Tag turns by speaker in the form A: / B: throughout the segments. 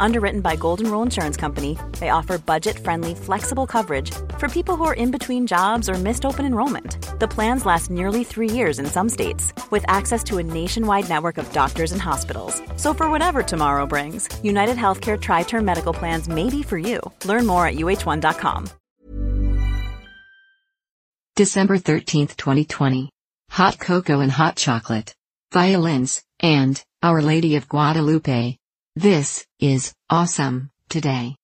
A: Underwritten by Golden Rule Insurance Company, they offer budget friendly, flexible coverage for people who are in between jobs or missed open enrollment. The plans last nearly three years in some states, with access to a nationwide network of doctors and hospitals. So, for whatever tomorrow brings, United Healthcare Tri Term Medical Plans may be for you. Learn more at uh1.com.
B: December 13, 2020. Hot cocoa and hot chocolate. Violins, and Our Lady of Guadalupe. This is awesome today.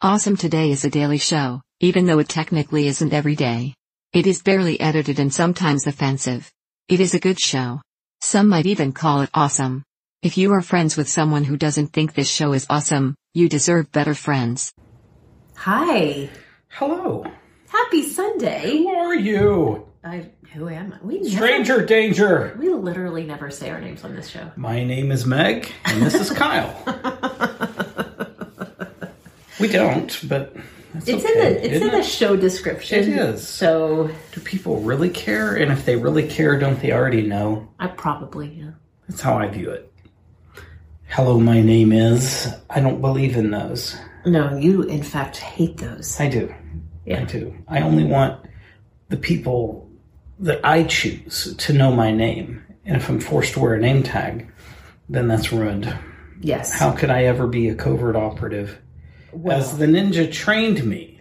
B: Awesome Today is a daily show, even though it technically isn't every day. It is barely edited and sometimes offensive. It is a good show. Some might even call it awesome. If you are friends with someone who doesn't think this show is awesome, you deserve better friends.
C: Hi.
D: Hello.
C: Happy Sunday.
D: Who are you?
C: I who am I? We never-
D: Stranger danger.
C: we literally never say our names on this show.
D: My name is Meg, and this is Kyle. we don't, but that's
C: It's in
D: okay,
C: the it's
D: isn't
C: in the
D: it?
C: show description.
D: It is.
C: So
D: Do people really care? And if they really care, don't they already know?
C: I probably yeah.
D: That's how I view it. Hello, my name is. I don't believe in those.
C: No, you in fact hate those.
D: I do. I
C: Yeah.
D: do. I only want the people that I choose to know my name. And if I'm forced to wear a name tag, then that's ruined.
C: Yes.
D: How could I ever be a covert operative? As the ninja trained me.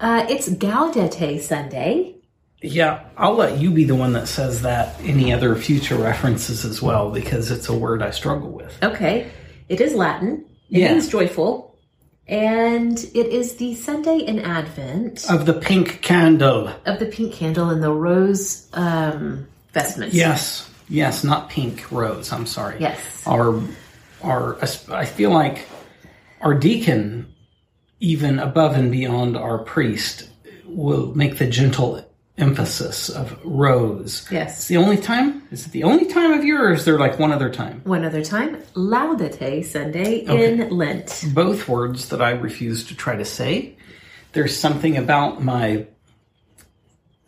C: Uh, it's Gaudete Sunday.
D: Yeah, I'll let you be the one that says that. Any other future references as well, because it's a word I struggle with.
C: Okay. It is Latin. It
D: Yeah.
C: means joyful. And it is the Sunday in Advent
D: Of the pink candle.
C: of the pink candle and the rose um, vestments.
D: Yes, yes, not pink rose. I'm sorry.
C: Yes.
D: Our, our, I feel like our deacon, even above and beyond our priest, will make the gentle emphasis of rose. It's
C: Yes.
D: the only time? Is it the only time of year, or is there like one other time?
C: One other time, Laudate Sunday in Lent.
D: both words that I refuse to try to say. There's something about my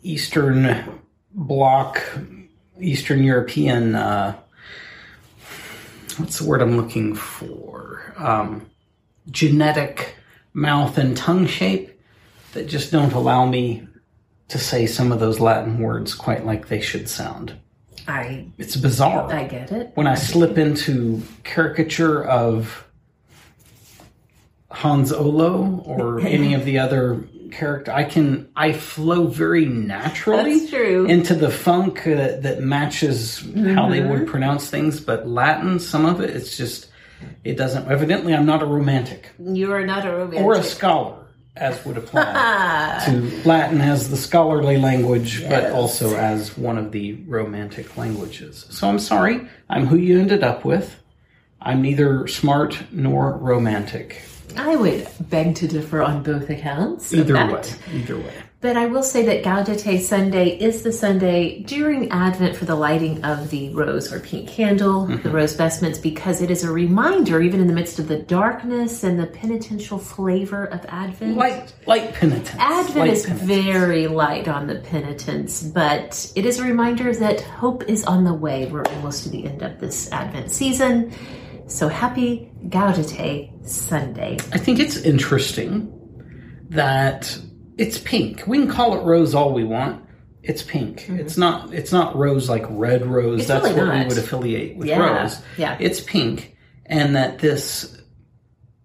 D: Eastern Bloc, Eastern European. Uh, what's the word I'm looking for? Um, genetic mouth and tongue shape that just don't allow me to say some of those Latin words quite like they should sound.
C: I
D: It's bizarre
C: I get it.
D: when I slip into caricature of Hans Olo or any of the other character, I can I flow very naturally
C: That's true.
D: into the funk uh, that matches how they
C: Mm-hmm.
D: would pronounce things. But Latin, some of it, it's just it doesn't. Evidently, I'm not a romantic
C: You are not a romantic.
D: or a scholar, as would apply to Latin as the scholarly language, but also as one of the romantic languages. So I'm sorry, I'm who you ended up with. I'm neither smart nor romantic.
C: I would beg to differ on both accounts. of
D: Either
C: that.
D: way, either way.
C: But I will say that Gaudete Sunday is the Sunday during Advent for the lighting of the rose or pink candle,
D: Mm-hmm.
C: the rose vestments, because it is a reminder, even in the midst of the darkness and the penitential flavor of Advent.
D: Light, light penitence.
C: Advent
D: light
C: is
D: penitence.
C: very light on the penitence, but it is a reminder that hope is on the way. We're almost to the end of this Advent season. So happy Gaudete Sunday.
D: I think it's interesting that it's pink. We can call it rose all we want. It's pink. It's not. It's not rose like red rose.
C: Mm-hmm. It's
D: That's
C: really
D: what we
C: not.
D: would affiliate with
C: Yeah,
D: rose.
C: yeah.
D: It's pink, and that this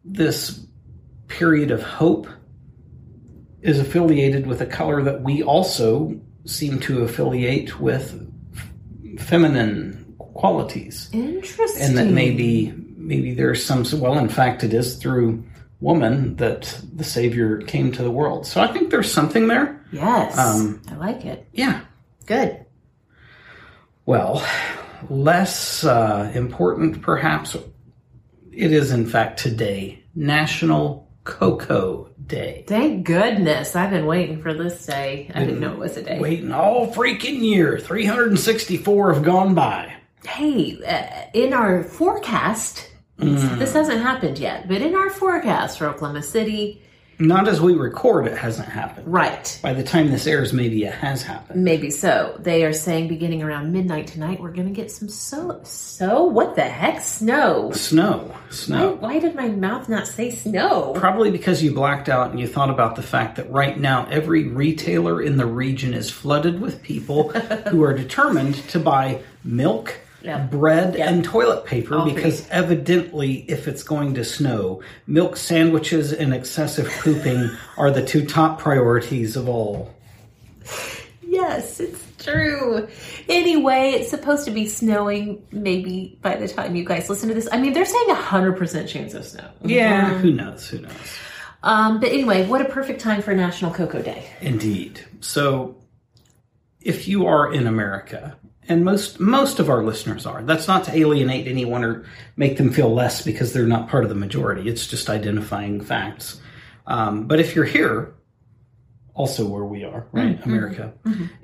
D: this period of hope is affiliated with a color that we also seem to affiliate with f- feminine qualities
C: Interesting.
D: and that maybe maybe there's some well in fact it is through woman that the savior came to the world so i think there's something there
C: Yes.
D: um,
C: I like it.
D: yeah
C: Good.
D: well less uh, important perhaps it is in fact today national cocoa day
C: Thank goodness. I've been waiting for this day. I
D: Mm.
C: didn't know it was a day.
D: waiting all freaking year 364 have gone by
C: Hey, uh, in our forecast,
D: Mm.
C: this hasn't happened yet, but in our forecast for Oklahoma City,
D: not as we record it hasn't happened
C: right.
D: by the time this airs maybe it has happened
C: Maybe so. They are saying beginning around midnight tonight, we're going to get some so so what the heck snow.
D: snow
C: Why,
D: snow
C: why did my mouth not say snow?
D: Probably because you blacked out and you thought about the fact that right now every retailer in the region is flooded with people who are determined to buy milk,
C: Yep.
D: bread,
C: Yep.
D: and toilet paper
C: All
D: because
C: three.
D: evidently, if it's going to snow, milk sandwiches and excessive pooping are the two top priorities of all.
C: Yes, it's true. Anyway, it's supposed to be snowing maybe by the time you guys listen to this. I mean, they're saying 100% chance of snow.
D: Yeah. Who knows? Who knows?
C: Um, but anyway, what a perfect time for National Cocoa Day.
D: Indeed. So if you are in America, and most most of our listeners are, that's not to alienate anyone or make them feel less because they're not part of the majority. It's just identifying facts. Um, but if you're here, also where we are, right, America,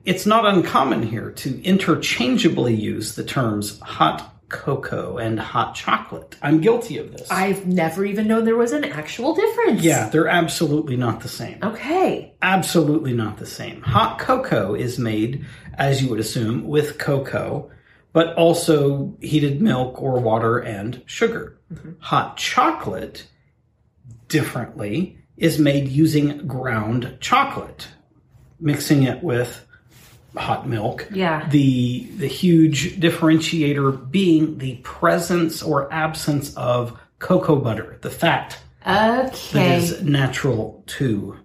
D: it's not uncommon here to interchangeably use the terms hot cocoa and hot chocolate. I'm guilty of this.
C: I've never even known there was an actual difference.
D: yeah, they're absolutely not the same
C: Okay.
D: absolutely not the same. Hot cocoa is made, as you would assume, with cocoa, but also heated milk or water and sugar. Hot chocolate, differently, is made using ground chocolate, mixing it with hot milk.
C: Yeah.
D: The the huge differentiator being the presence or absence of cocoa butter, the fat that
C: Okay.
D: is natural to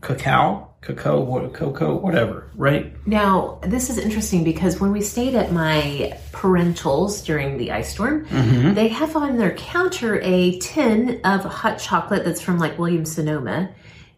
D: cacao, cocoa, what, cocoa, whatever, right?
C: Now, this is interesting because when we stayed at my parentals during the ice storm,
D: Mm-hmm.
C: they have on their counter a tin of hot chocolate that's from like Williams Sonoma.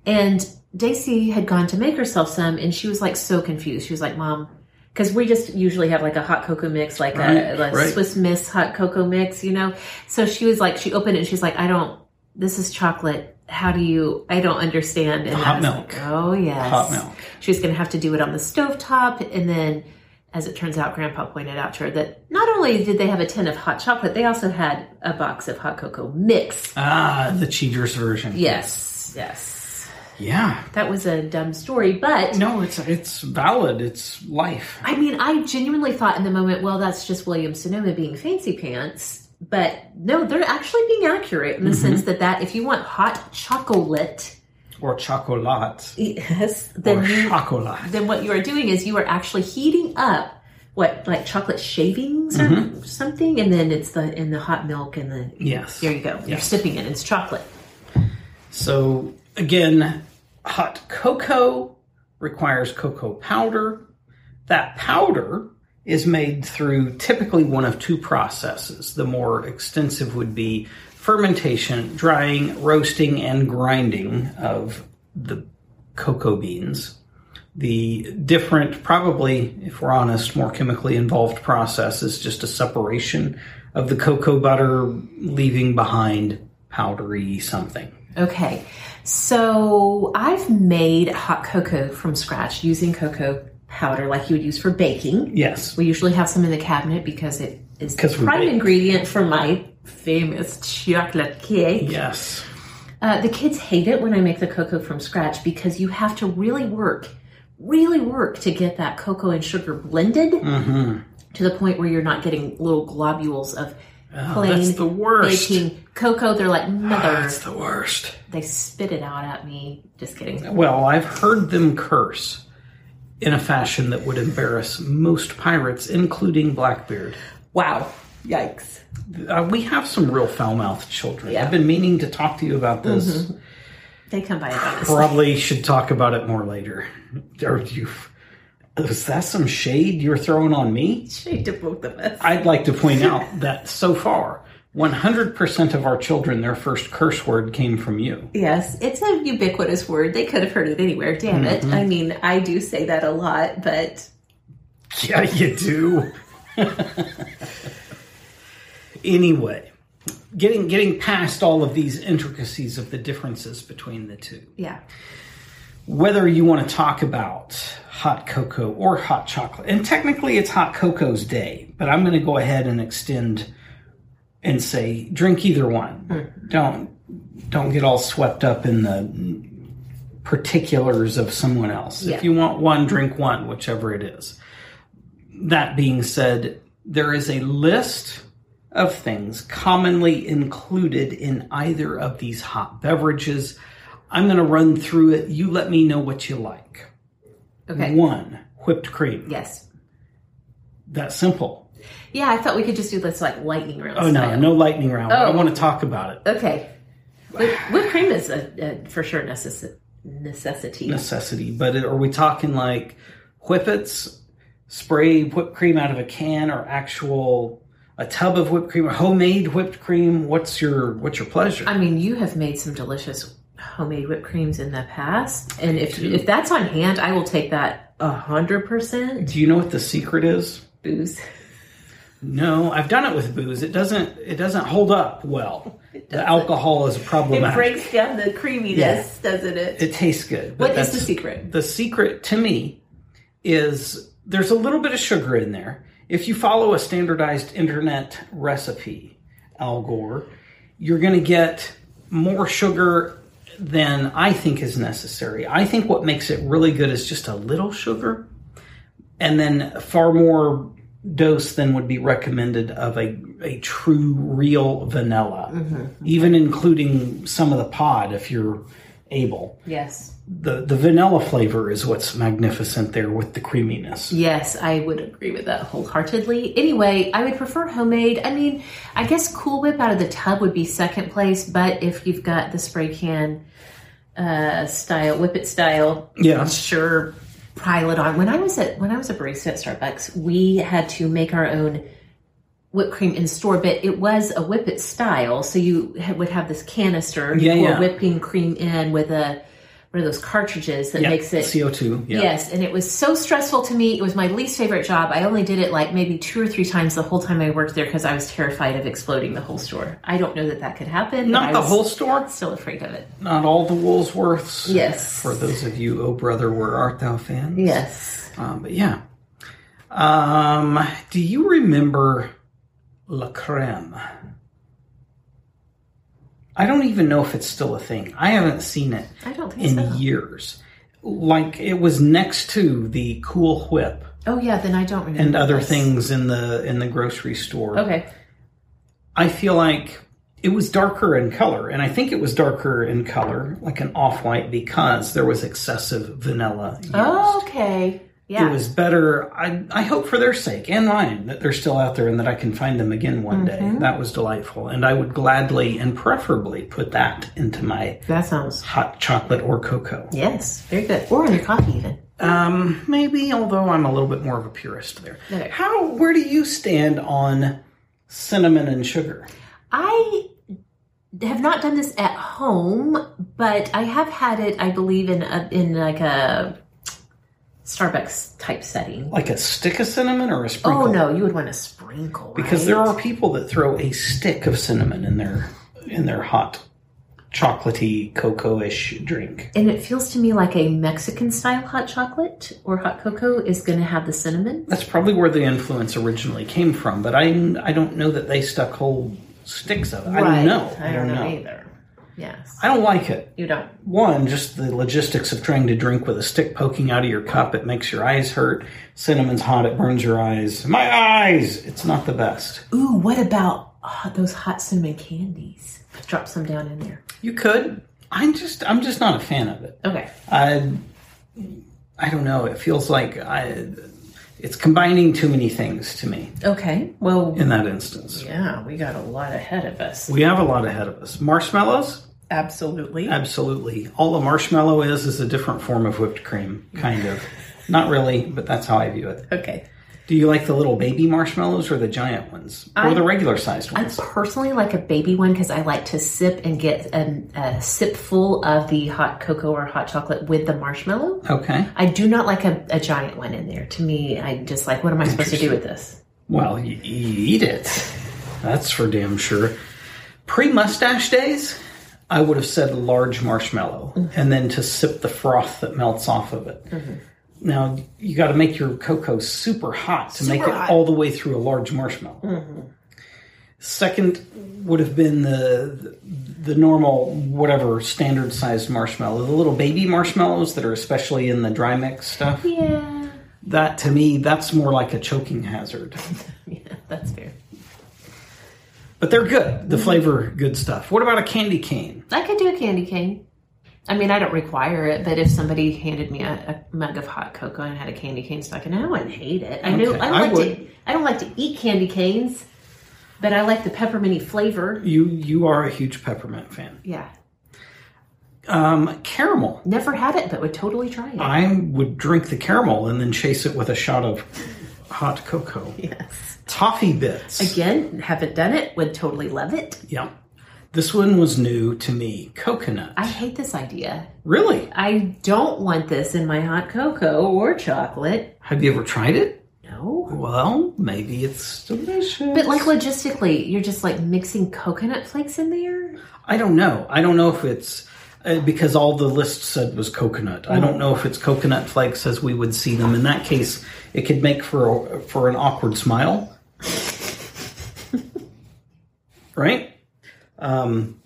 C: And Daisy had gone to make herself some and she was like so confused. She was like, Mom, because we just usually have like a hot cocoa mix, like a,
D: Right,
C: a
D: right.
C: Swiss Miss hot cocoa mix, you know? So she was like, she opened it and she's like, I don't, this is chocolate. How do you, I don't understand. And I
D: Hot
C: was
D: milk.
C: like, oh, yes.
D: Hot milk.
C: She was going to have to do it on the stovetop. And then, as it turns out, Grandpa pointed out to her that not only did they have a tin of hot chocolate, they also had a box of hot cocoa mix.
D: Ah, the cheaters version.
C: Yes, yes.
D: Yeah.
C: That was a dumb story, but
D: No, it's it's valid. It's life.
C: I mean, I genuinely thought in the moment, well, that's just William Sonoma being fancy pants. But no, they're actually being accurate in the
D: Mm-hmm.
C: sense that that if you want hot chocolate,
D: Or chocolat.
C: yes,
D: Or
C: then you
D: chocolat.
C: then what you are doing is you are actually heating up what like chocolate shavings or something and then it's the in the hot milk and the
D: Mm-hmm. Yes.
C: there you go you're sipping it it's chocolate
D: So again, hot cocoa requires cocoa powder. That powder is made through typically one of two processes. The more extensive would be fermentation, drying, roasting, and grinding of the cocoa beans. The different, probably, if we're honest, more chemically involved process is just a separation of the cocoa butter, leaving behind powdery something.
C: okay So I've made hot cocoa from scratch using cocoa powder like you would use for baking.
D: Yes.
C: We usually have some in the cabinet because it is the
D: 'Cause we
C: prime
D: bake.
C: ingredient for my famous chocolate cake.
D: Yes.
C: Uh, the kids hate it when I make the cocoa from scratch because you have to really work, really work to get that cocoa and sugar blended
D: Mm-hmm.
C: to the point where you're not getting little globules of plain
D: Oh, that's the worst. Ah,
C: baking cocoa. They're like, mother,
D: That's the worst.
C: they spit it out at me. Just kidding.
D: Well, I've heard them curse in a fashion that would embarrass most pirates, including Blackbeard.
C: Wow. Yikes.
D: Uh, we have some real foul mouthed children. I've been meaning to talk to you about this.
C: They come by about this.
D: Probably should talk about it more later. Or you. Was that some shade you're throwing on me?
C: Shade to both of us.
D: I'd like to point out that so far, 100% of our children, their first curse word came from you.
C: Yes, it's a ubiquitous word. They could have heard it anywhere. Damn it.
D: Mm-hmm.
C: I mean, I do say that a lot, but
D: Yeah, you do. anyway, getting getting past all of these intricacies of the differences between the two.
C: yeah.
D: Whether you want to talk about hot cocoa or hot chocolate, and technically it's hot cocoa's day, but I'm going to go ahead and extend and say drink either one. Don't don't get all swept up in the particulars of someone else.
C: Yeah.
D: If you want one, drink one, whichever it is. That being said, there is a list of things commonly included in either of these hot beverages. I'm going to run through it. You let me know what you like.
C: Okay.
D: One, whipped cream.
C: Yes.
D: That simple.
C: Yeah, I thought we could just do this like lightning round.
D: Oh, no,
C: style.
D: no lightning round. I
C: Oh.
D: want to talk about it.
C: Okay. Whip, whipped cream is a, a for sure necessi- necessity.
D: necessity, but it, are we talking like whippets, spray whipped cream out of a can, or actual a tub of whipped cream, or homemade whipped cream? What's your what's your pleasure?
C: I mean, you have made some delicious homemade whipped creams in the past, and if if that's on hand, I will take that a hundred percent.
D: Do you know what the secret is?
C: Booze.
D: No, I've done it with booze. It doesn't it doesn't hold up well. The alcohol is
C: It
D: problematic.
C: breaks down the creaminess, doesn't it?
D: It tastes good. but
C: what is the
D: that's-
C: secret?
D: The secret to me is there's a little bit of sugar in there. If you follow a standardized internet recipe, Al Gore, you're going to get more sugar than I think is necessary. I think what makes it really good is just a little sugar and then far more dose than would be recommended of a, a true real vanilla,
C: Mm-hmm.
D: even including some of the pod if you're able
C: Yes,
D: the the vanilla flavor is what's magnificent there with the creaminess.
C: yes, I would agree with that wholeheartedly. Anyway, I would prefer homemade. I mean, I guess Cool Whip out of the tub would be second place, but if you've got the spray can uh, style, whip it style,
D: Yeah.
C: sure pile it on. When I was at when I was a barista at Starbucks, we had to make our own whipped cream in store, but it was a whippet style. So you ha- would have this canister
D: Yeah,
C: for
D: yeah.
C: whipping cream in with a one of those cartridges that makes it.
D: CO2. Yeah.
C: Yes, and it was so stressful to me. It was my least favorite job. I only did it like maybe two or three times the whole time I worked there because I was terrified of exploding the whole store. I don't know that that could happen. but
D: Not
C: I
D: the
C: was
D: whole store,
C: Still afraid of it.
D: not all the Woolsworths.
C: Yes.
D: For those of you, oh brother, where art thou fans?
C: Yes.
D: Um, but yeah. Um, do you remember La Creme? I don't even know if it's still a thing. I haven't seen it
C: I don't think
D: in
C: so.
D: years. Like it was next to the Cool Whip.
C: Oh yeah, then I don't remember.
D: and other
C: this.
D: things in the in the grocery store.
C: Okay.
D: I feel like it was darker in color, and I think it was darker in color, like an off white, because there was excessive vanilla. used.
C: Oh, okay. Yeah.
D: It was better. I, I hope for their sake and mine that they're still out there and that I can find them again one
C: Mm-hmm.
D: day. That was delightful. And I would gladly and preferably put that into my
C: that sounds
D: hot chocolate or cocoa.
C: yes, very good. Or in your coffee even.
D: Um, maybe, although I'm a little bit more of a purist there.
C: Okay.
D: How? Where do you stand on cinnamon and sugar?
C: I have not done this at home, but I have had it. I believe in a, in like a Starbucks type setting.
D: Like a stick of cinnamon or a sprinkle?
C: Oh no, you would want to sprinkle
D: Because
C: right?
D: there are people that throw a stick of cinnamon in their in their hot chocolatey, cocoa-ish drink.
C: And it feels to me like a Mexican style hot chocolate or hot cocoa is going to have the cinnamon.
D: That's probably where the influence originally came from, but I I don't know that they stuck whole sticks of it. I don't know.
C: I don't know either. Yes.
D: I don't like it.
C: You don't.
D: One, just the logistics of trying to drink with a stick poking out of your cup. It makes your eyes hurt. Cinnamon's hot. It burns your eyes. My eyes! It's not the best.
C: Ooh, what about uh, those hot cinnamon candies? Drop some down in there.
D: You could. I'm just. I'm just not a fan of it.
C: Okay.
D: I. I don't know. It feels like I. It's combining too many things to me
C: Okay. Well,
D: in that instance.
C: yeah, we got a lot ahead of us.
D: We have a lot ahead of us. Marshmallows.
C: Absolutely.
D: Absolutely. All a marshmallow is is a different form of whipped cream, kind of. Not really, but that's how I view it.
C: Okay.
D: Do you like the little baby marshmallows or the giant ones? or the regular sized
C: I
D: ones?
C: personally like a baby one because I like to sip and get an, a sip full of the hot cocoa or hot chocolate with the marshmallow.
D: okay.
C: I do not like a, a giant one in there. To me, I just like, what am I supposed to do with this?
D: Well, you eat it. That's for damn sure. Pre mustache days, I would have said large marshmallow and then to sip the froth that melts off of it. Now, you got to make your cocoa super hot Mm-hmm. to make it all the way through a large marshmallow. Second would have been the the normal whatever standard sized marshmallow, the little baby marshmallows that are especially in the dry mix stuff.
C: Yeah.
D: That to me, that's more like a choking hazard.
C: Yeah, that's fair.
D: But they're good. The
C: Mm-hmm.
D: flavor, good stuff. What about a candy cane?
C: I could do a candy cane. I mean, I don't require it, but if somebody handed me a, a mug of hot cocoa and had a candy cane stuck in it, I wouldn't hate it. I know
D: Okay,
C: I,
D: I
C: like
D: would.
C: to. I don't like to eat candy canes, but I like the pepperminty flavor.
D: You you are a huge peppermint fan.
C: Yeah,
D: Um, caramel.
C: never had it, but would totally try it.
D: I would drink the caramel and then chase it with a shot of hot cocoa.
C: yes.
D: Toffee bits.
C: Again, haven't done it. Would totally love it.
D: Yeah. This one was new to me. Coconut.
C: I hate this idea.
D: really?
C: I don't want this in my hot cocoa or chocolate.
D: Have you ever tried it?
C: No.
D: Well, maybe it's delicious.
C: But like logistically, you're just like mixing coconut flakes in there.
D: I don't know. I don't know if it's uh, because all the list said was coconut. I
C: Mm-hmm.
D: don't know if it's coconut flakes as we would see them. In that case, it could make for a, for an awkward smile, right? Um,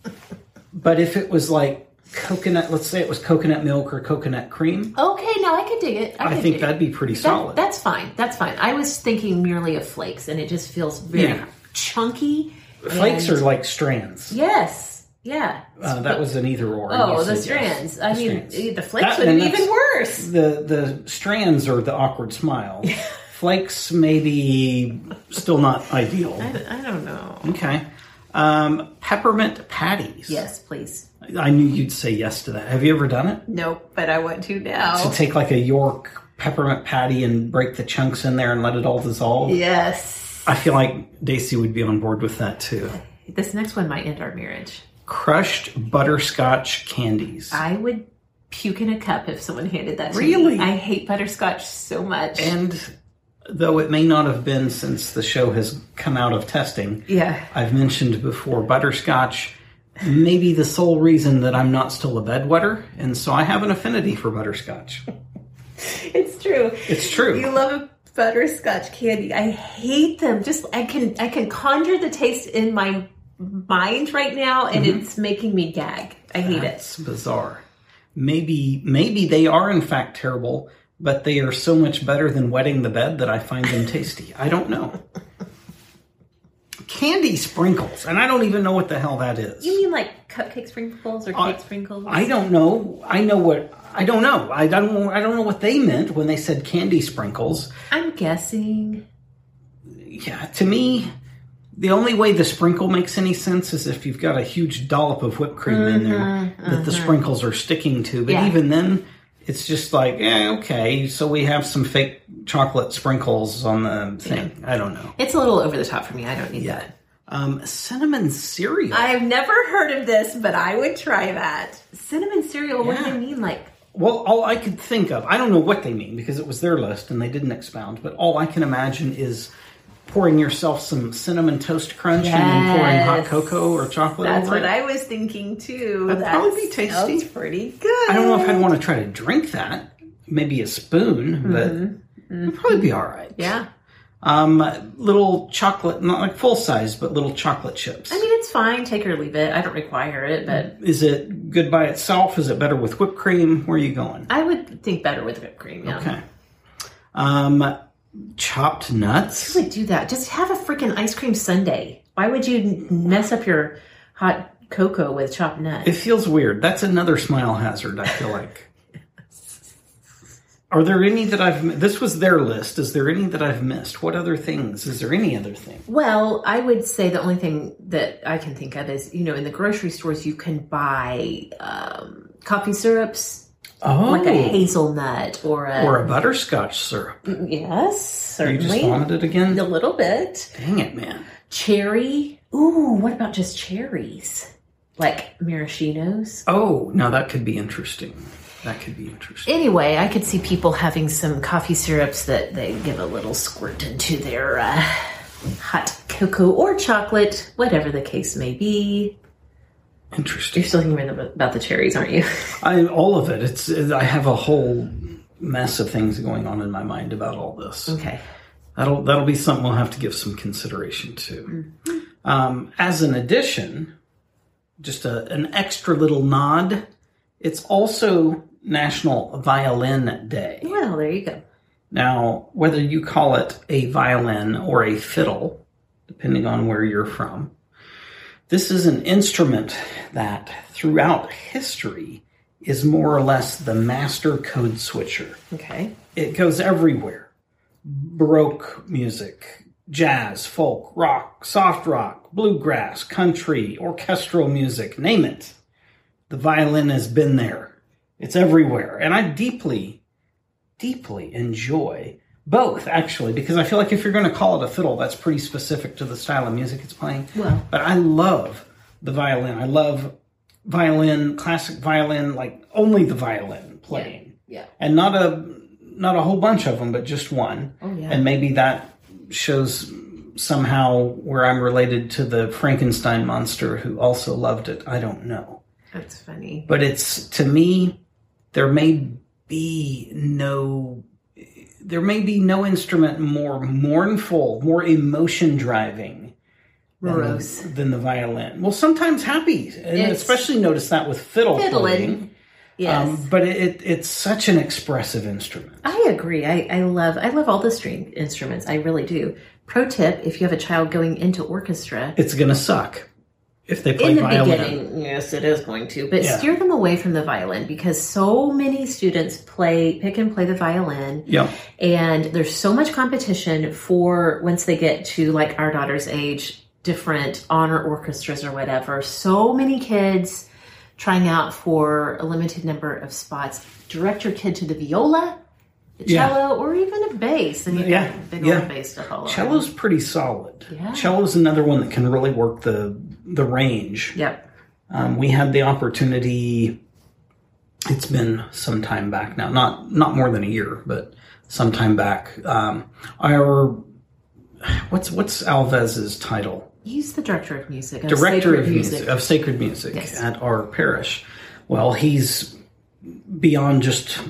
D: but if it was like coconut, let's say it was coconut milk or coconut cream,
C: Okay, no, I could dig it. I,
D: I,
C: could
D: think
C: dig
D: that'd
C: it.
D: be pretty
C: That-
D: solid.
C: That's fine. That's fine. I was thinking merely of flakes, and it just feels very
D: Yeah.
C: chunky.
D: flakes
C: and-
D: are like strands.
C: yes, yeah.
D: Uh, that was an either or. and
C: oh,
D: you
C: the
D: said yes.
C: strands. I
D: The
C: mean,
D: strands.
C: eh, the flakes
D: That-
C: would
D: and
C: be even
D: that's-
C: worse.
D: the the strands are the awkward smile. Flakes maybe still not ideal.
C: I don't know.
D: Okay. Um, peppermint patties.
C: Yes, please.
D: I knew you'd say yes to that. Have you ever done it?
C: Nope, but I want to now.
D: To take like a York peppermint patty and break the chunks in there and let it all dissolve.
C: Yes.
D: I feel like Daisy would be on board with that too.
C: This next one might end our marriage.
D: Crushed butterscotch candies.
C: I would puke in a cup if someone handed that to
D: Really?
C: me. I hate butterscotch so much.
D: and though it may not have been since the show has come out of testing,
C: yeah.
D: I've mentioned before butterscotch may be the sole reason that I'm not still a bedwetter, and so I have an affinity for butterscotch.
C: It's true.
D: It's true.
C: You love butterscotch candy. I hate them. Just I can I can conjure the taste in my mind right now and it's making me gag. I hate it.
D: It's bizarre. Maybe maybe they are in fact terrible, but they are so much better than wetting the bed that I find them tasty. I don't know. Candy sprinkles, and I don't even know what the hell that is.
C: You mean like cupcake sprinkles or cake sprinkles?
D: Uh, I don't know. I know what I don't know. I don't. I don't know what they meant when they said candy sprinkles.
C: I'm guessing.
D: Yeah, to me, the only way the sprinkle makes any sense is if you've got a huge dollop of whipped cream in there that the sprinkles are sticking to. But
C: Yeah.
D: even then, it's just like, eh, okay, so we have some fake chocolate sprinkles on the thing. I don't know.
C: It's a little over the top for me. I don't need that.
D: Um, cinnamon cereal.
C: I've never heard of this, but I would try that. Cinnamon cereal, what do
D: Yeah.
C: you mean? Like
D: well, all I could think of, I don't know what they mean because it was their list and they didn't expound, but all I can imagine is pouring yourself some cinnamon toast crunch and then pouring hot
C: Yes.
D: cocoa or chocolate
C: That's
D: over
C: what
D: it.
C: I was thinking too.
D: That'd
C: That
D: probably be
C: smells
D: tasty.
C: pretty good.
D: I don't know if I'd want to try to drink that. Maybe a spoon, but it'd probably be all right.
C: Mm-hmm. Yeah.
D: Um, little chocolate, not like full size, but little chocolate chips.
C: I mean, it's fine. Take or leave it. I don't require it, but
D: Is it good by itself? Is it better with whipped cream? Where are you going?
C: I would think better with whipped cream. Yeah.
D: Okay. Um, chopped nuts.
C: would do that. Just have a freaking ice cream sundae. Why would you n- mess up your hot cocoa with chopped nut?
D: It feels weird. That's another smile hazard. I feel like. Are there any that I've? mi- This was their list. Is there any that I've missed? What other things? Is there any other thing?
C: well, I would say the only thing that I can think of is you know in the grocery stores you can buy um, coffee syrups
D: Oh,
C: like a hazelnut or a, Mm,
D: or a butterscotch syrup.
C: yes
D: You
C: certainly
D: just vomited again.
C: a little bit
D: Dang it, man.
C: cherry. Ooh, what about just cherries like maraschinos?
D: Oh, now that could be interesting. That could be interesting.
C: Anyway, I could see people having some coffee syrups that they give a little squirt into their uh, hot cocoa or chocolate, whatever the case may be.
D: Interesting.
C: You're still thinking about the cherries, aren't you?
D: I all of it. It's I have a whole mess of things going on in my mind about all this.
C: Okay.
D: That'll that'll be something we'll have to give some consideration to. Um, as an addition, just a, an extra little nod. It's also National Violin Day.
C: Well, there you go.
D: Now, whether you call it a violin or a fiddle, depending on where you're from, this is an instrument that throughout history is more or less the master code switcher.
C: Okay.
D: It goes everywhere Baroque music, jazz, folk, rock, soft rock, bluegrass, country, orchestral music, name it. The violin has been there, it's everywhere. And I deeply deeply enjoy both actually because i feel like if you're going to call it a fiddle that's pretty specific to the style of music it's playing
C: Well.
D: but i love the violin i love violin classic violin like only the violin playing
C: Yeah.
D: and not a not a whole bunch of them, but just one.
C: Oh, yeah.
D: And maybe that shows somehow where I'm related to the Frankenstein monster who also loved it. I don't know,
C: That's funny.
D: but it's to me there may be no there may be no instrument more mournful, more emotion driving than
C: Morose.
D: the, than the violin. Well, sometimes happy, and
C: It's-
D: especially notice that with fiddle
C: Fiddling.
D: playing.
C: Yes.
D: Um, but it, it, it's such an expressive instrument.
C: I agree. I, I love I love all the string instruments. I really do. Pro tip: If you have a child going into orchestra,
D: It's going to suck if they play
C: in the
D: violin.
C: beginning, yes, it is going to, but
D: Yeah.
C: steer them away from the violin because so many students play pick and play the violin,
D: Yeah.
C: and there's so much competition for once they get to like our daughter's age, different honor orchestras or whatever. So many kids trying out for a limited number of spots. Direct your kid to the viola, the
D: Yeah.
C: cello, or even a bass, and you
D: Yeah.
C: got a big
D: Yeah.
C: old bass to follow.
D: Cello's pretty solid.
C: Yeah.
D: Cello's another one that can really work the the range.
C: Yep.
D: Um, we had the opportunity. It's been some time back now, not not more than a year, but some time back. Um, our what's what's Alvez's title?
C: He's the director of music. of
D: director
C: sacred
D: of music, of sacred music at our parish. Well, he's beyond just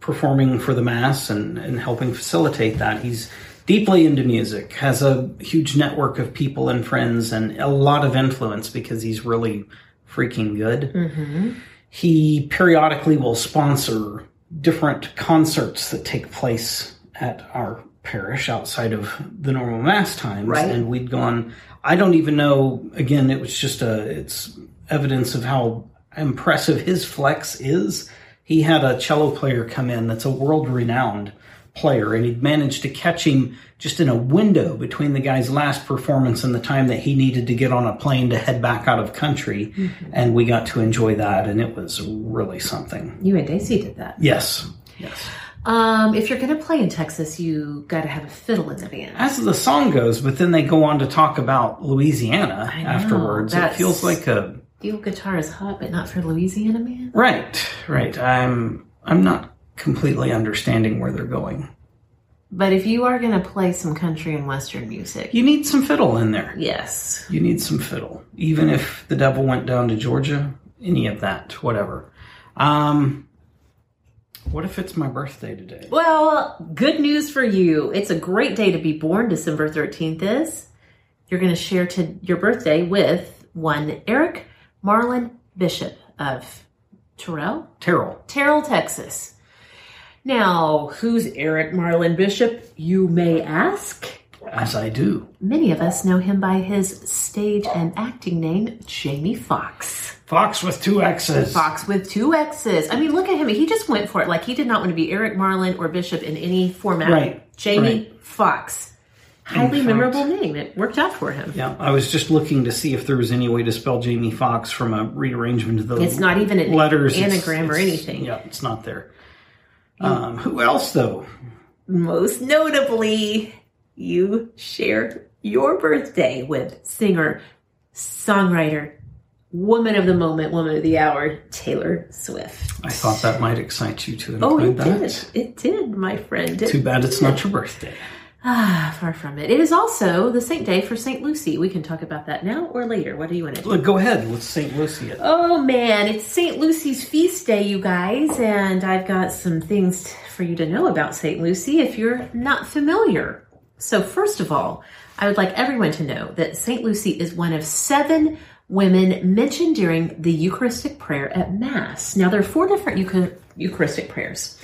D: performing for the mass and, and helping facilitate that. He's deeply into music, has a huge network of people and friends, and a lot of influence because he's really freaking good.
C: Mm-hmm.
D: He periodically will sponsor different concerts that take place at our parish outside of the normal mass times
C: Right.
D: and we'd gone i don't even know again it was just a it's evidence of how impressive his flex is he had a cello player come in that's a world renowned player and he'd managed to catch him just in a window between the guy's last performance and the time that he needed to get on a plane to head back out of country
C: Mm-hmm.
D: and we got to enjoy that and it was really something
C: You and Daisy did that.
D: yes yes
C: Um, if you're going to play in Texas, you got to have a fiddle in the band.
D: as the song goes, but then they go on to talk about Louisiana
C: know,
D: afterwards. It
C: that's-
D: feels like a
C: The old guitar is hot, but not for Louisiana man.
D: right, right. I'm I'm not completely understanding where they're going.
C: But if you are going to play some country and western music,
D: You need some fiddle in there.
C: yes,
D: You need some fiddle. Even if the devil went down to Georgia, any of that, whatever. Um, what if it's my birthday today?
C: Well, good news for you. It's a great day to be born. December 13th is. You're going to share to your birthday with one Eric Marlin Bishop of Terrell,
D: Terrell.
C: Terrell, Texas. Now, who's Eric Marlin Bishop, you may ask?
D: As I do.
C: Many of us know him by his stage and acting name, Jamie Foxx.
D: Fox with two X's.
C: Fox with two X's. I mean, look at him. He just went for it. Like, he did not want to be Eric Marlin or Bishop in any format.
D: Right,
C: Jamie Fox. Highly
D: fact.
C: memorable name. It worked out for him.
D: Yeah, I was just looking to see if there was any way to spell Jamie Fox from a rearrangement of the
C: It's not even an
D: letters, It's-
C: anagram or
D: it's-
C: anything.
D: Yeah, it's not there. Um, who else though?
C: Most notably, you shared your birthday with singer, songwriter, woman of the moment, woman of the hour, Taylor Swift.
D: I thought that might excite you to
C: Oh,
D: include
C: it
D: that.
C: did. It did, my friend. It-
D: Too bad it's not your birthday.
C: Ah, far from it. It is also the Saint Day for Saint Lucy. We can talk about that now or later. What do you want to do?
D: Look, go ahead with St. Lucy. it.
C: Oh man, it's St. Lucy's feast day, you guys, and I've got some things t- for you to know about St. Lucy if you're not familiar. So, first of all, I would like everyone to know that St. Lucy is one of seven women mentioned during the Eucharistic prayer at Mass. Now, there are four different Eucha- Eucharistic prayers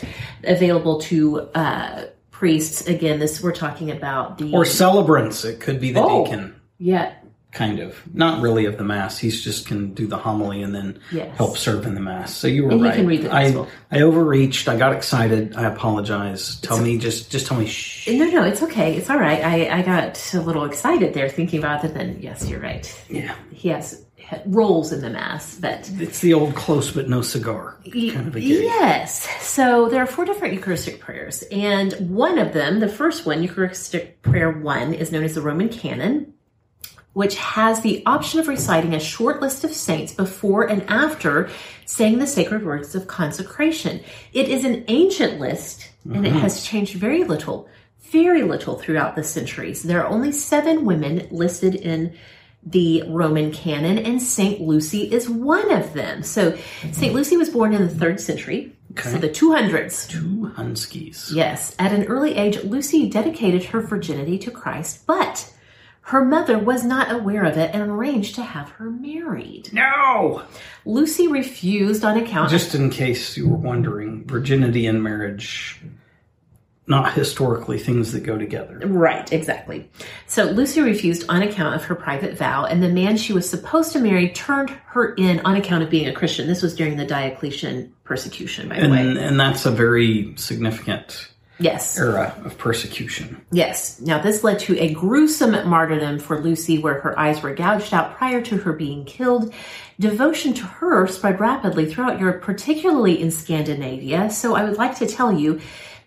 C: available to uh, priests. Again, this we're talking about the
D: Or celebrants. It could be the
C: Oh.
D: deacon,
C: yeah
D: kind of. Not really of the mass. He's just can do the homily and then
C: Yes.
D: help serve in the mass. So you were
C: And he
D: right.
C: can read the
D: I,
C: gospel.
D: I overreached. I got excited. I apologize. Tell me, just just tell me. Shh.
C: No, no, it's okay. It's all right. I, I got a little excited there thinking about it. Then, yes, you're right.
D: Yeah.
C: He has ha- roles in the mass, but
D: It's the old close but no cigar kind of a gig.
C: yes. So there are four different Eucharistic prayers, and one of them, the first one, Eucharistic prayer one, is known as the Roman Canon, which has the option of reciting a short list of saints before and after saying the sacred words of consecration. It is an ancient list, and it has changed very little, very little throughout the centuries. There are only seven women listed in the Roman canon, and St. Lucy is one of them. So, St. Lucy was born in the third century, so the 200s.
D: Two Hunskies.
C: Yes, at an early age, Lucy dedicated her virginity to Christ, but her mother was not aware of it and arranged to have her married.
D: No!
C: Lucy refused on account
D: Just in case you were wondering, virginity and marriage, not historically things that go together.
C: Right, exactly. So Lucy refused on account of her private vow, and the man she was supposed to marry turned her in on account of being a Christian. This was during the Diocletian persecution, by the
D: And,
C: way.
D: and that's a very significant
C: Yes.
D: era of persecution.
C: Yes. Now, this led to a gruesome martyrdom for Lucy, where her eyes were gouged out prior to her being killed. Devotion to her spread rapidly throughout Europe, particularly in Scandinavia. So, I would like to tell you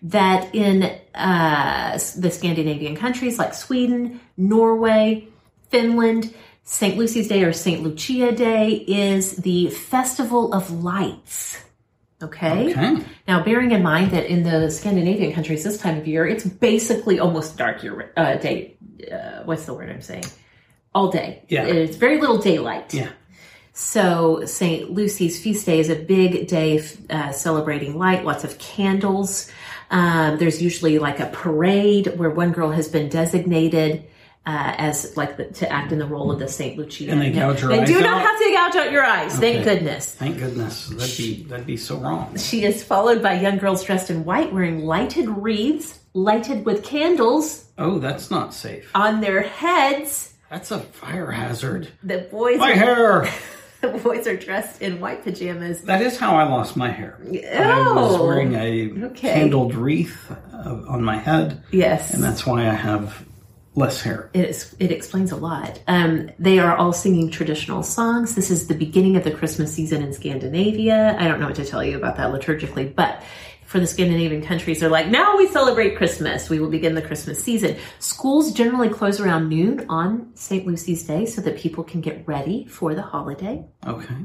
C: that in uh, the Scandinavian countries like Sweden, Norway, Finland, St. Lucy's Day or St. Lucia Day is the Festival of Lights.
D: Okay.
C: Now, bearing in mind that in the Scandinavian countries this time of year, it's basically almost dark year, uh, day. Uh, what's the word I'm saying? All day.
D: Yeah.
C: It's very little daylight.
D: Yeah.
C: So, St. Lucy's feast day is a big day f- uh, celebrating light, lots of candles. Um, there's usually like a parade where one girl has been designated. Uh, as like the, to act in the role of the Saint Lucia,
D: And they gouge her
C: They
D: eyes
C: do
D: out?
C: not have to gouge out your eyes. Thank
D: Okay.
C: goodness.
D: Thank goodness. That'd be that'd be so wrong.
C: She is followed by young girls dressed in white wearing lighted wreaths, lighted with candles
D: Oh, that's not safe.
C: on their heads.
D: That's a fire hazard.
C: The boys,
D: My hair.
C: the boys are dressed in white pajamas.
D: That is how I lost my hair. I was
C: Oh.
D: wearing a
C: Okay.
D: candled wreath uh, on my head,
C: Yes,
D: and that's why I have less hair.
C: it, is, it explains a lot. Um, they are all singing traditional songs. This is the beginning of the Christmas season in Scandinavia. I don't know what to tell you about that liturgically, but for the Scandinavian countries, they're like, now we celebrate Christmas. We will begin the Christmas season. Schools generally close around noon on St. Lucy's Day so that people can get ready for the holiday.
D: Okay.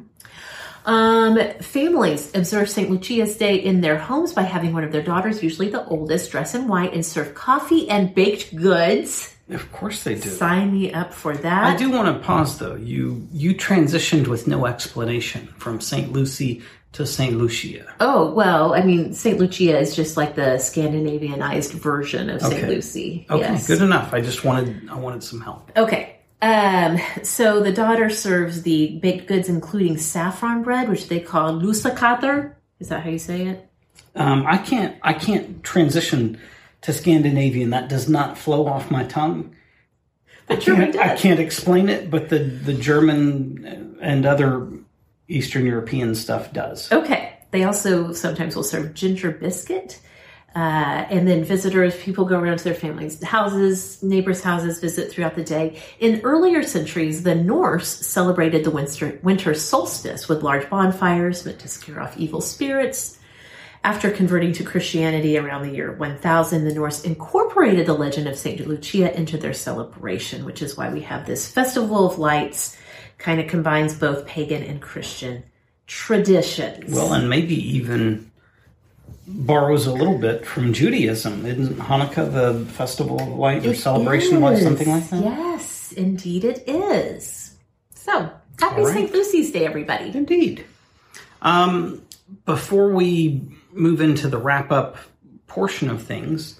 C: Um, families observe St. Lucia's Day in their homes by having one of their daughters, usually the oldest, dress in white and serve coffee and baked goods.
D: Of course they do.
C: Sign me up for that.
D: I do want to pause though. You you transitioned with no explanation from St. Lucy to St. Lucia.
C: Oh, well, I mean, St. Lucia is just like the Scandinavianized version of St.
D: Okay.
C: Lucy.
D: Okay,
C: yes.
D: good enough. I just wanted I wanted some help.
C: Okay. Um, so the daughter serves the baked goods, including saffron bread, which they call lusakater. Is that how you say it?
D: Um, I can't I can't transition to Scandinavian. That does not flow off my tongue.
C: The
D: I can't,
C: German
D: I
C: does.
D: can't explain it, but the the German and other Eastern European stuff does.
C: Okay. They also sometimes will serve ginger biscuit. Uh, and then visitors, people go around to their families' houses, neighbors' houses, visit throughout the day. In earlier centuries, the Norse celebrated the winter, winter solstice with large bonfires meant to scare off evil spirits. After converting to Christianity around the year 1000, the Norse incorporated the legend of St. Lucia into their celebration, which is why we have this festival of lights, kind of combines both pagan and Christian traditions.
D: Well, and maybe even borrows a little bit from Judaism. Isn't Hanukkah the festival of light or
C: It
D: celebration of light,
C: is.
D: something like that?
C: Yes, indeed it is. So, happy
D: All right.
C: St. Lucy's Day, everybody.
D: Indeed. Um, before we move into the wrap up portion of things,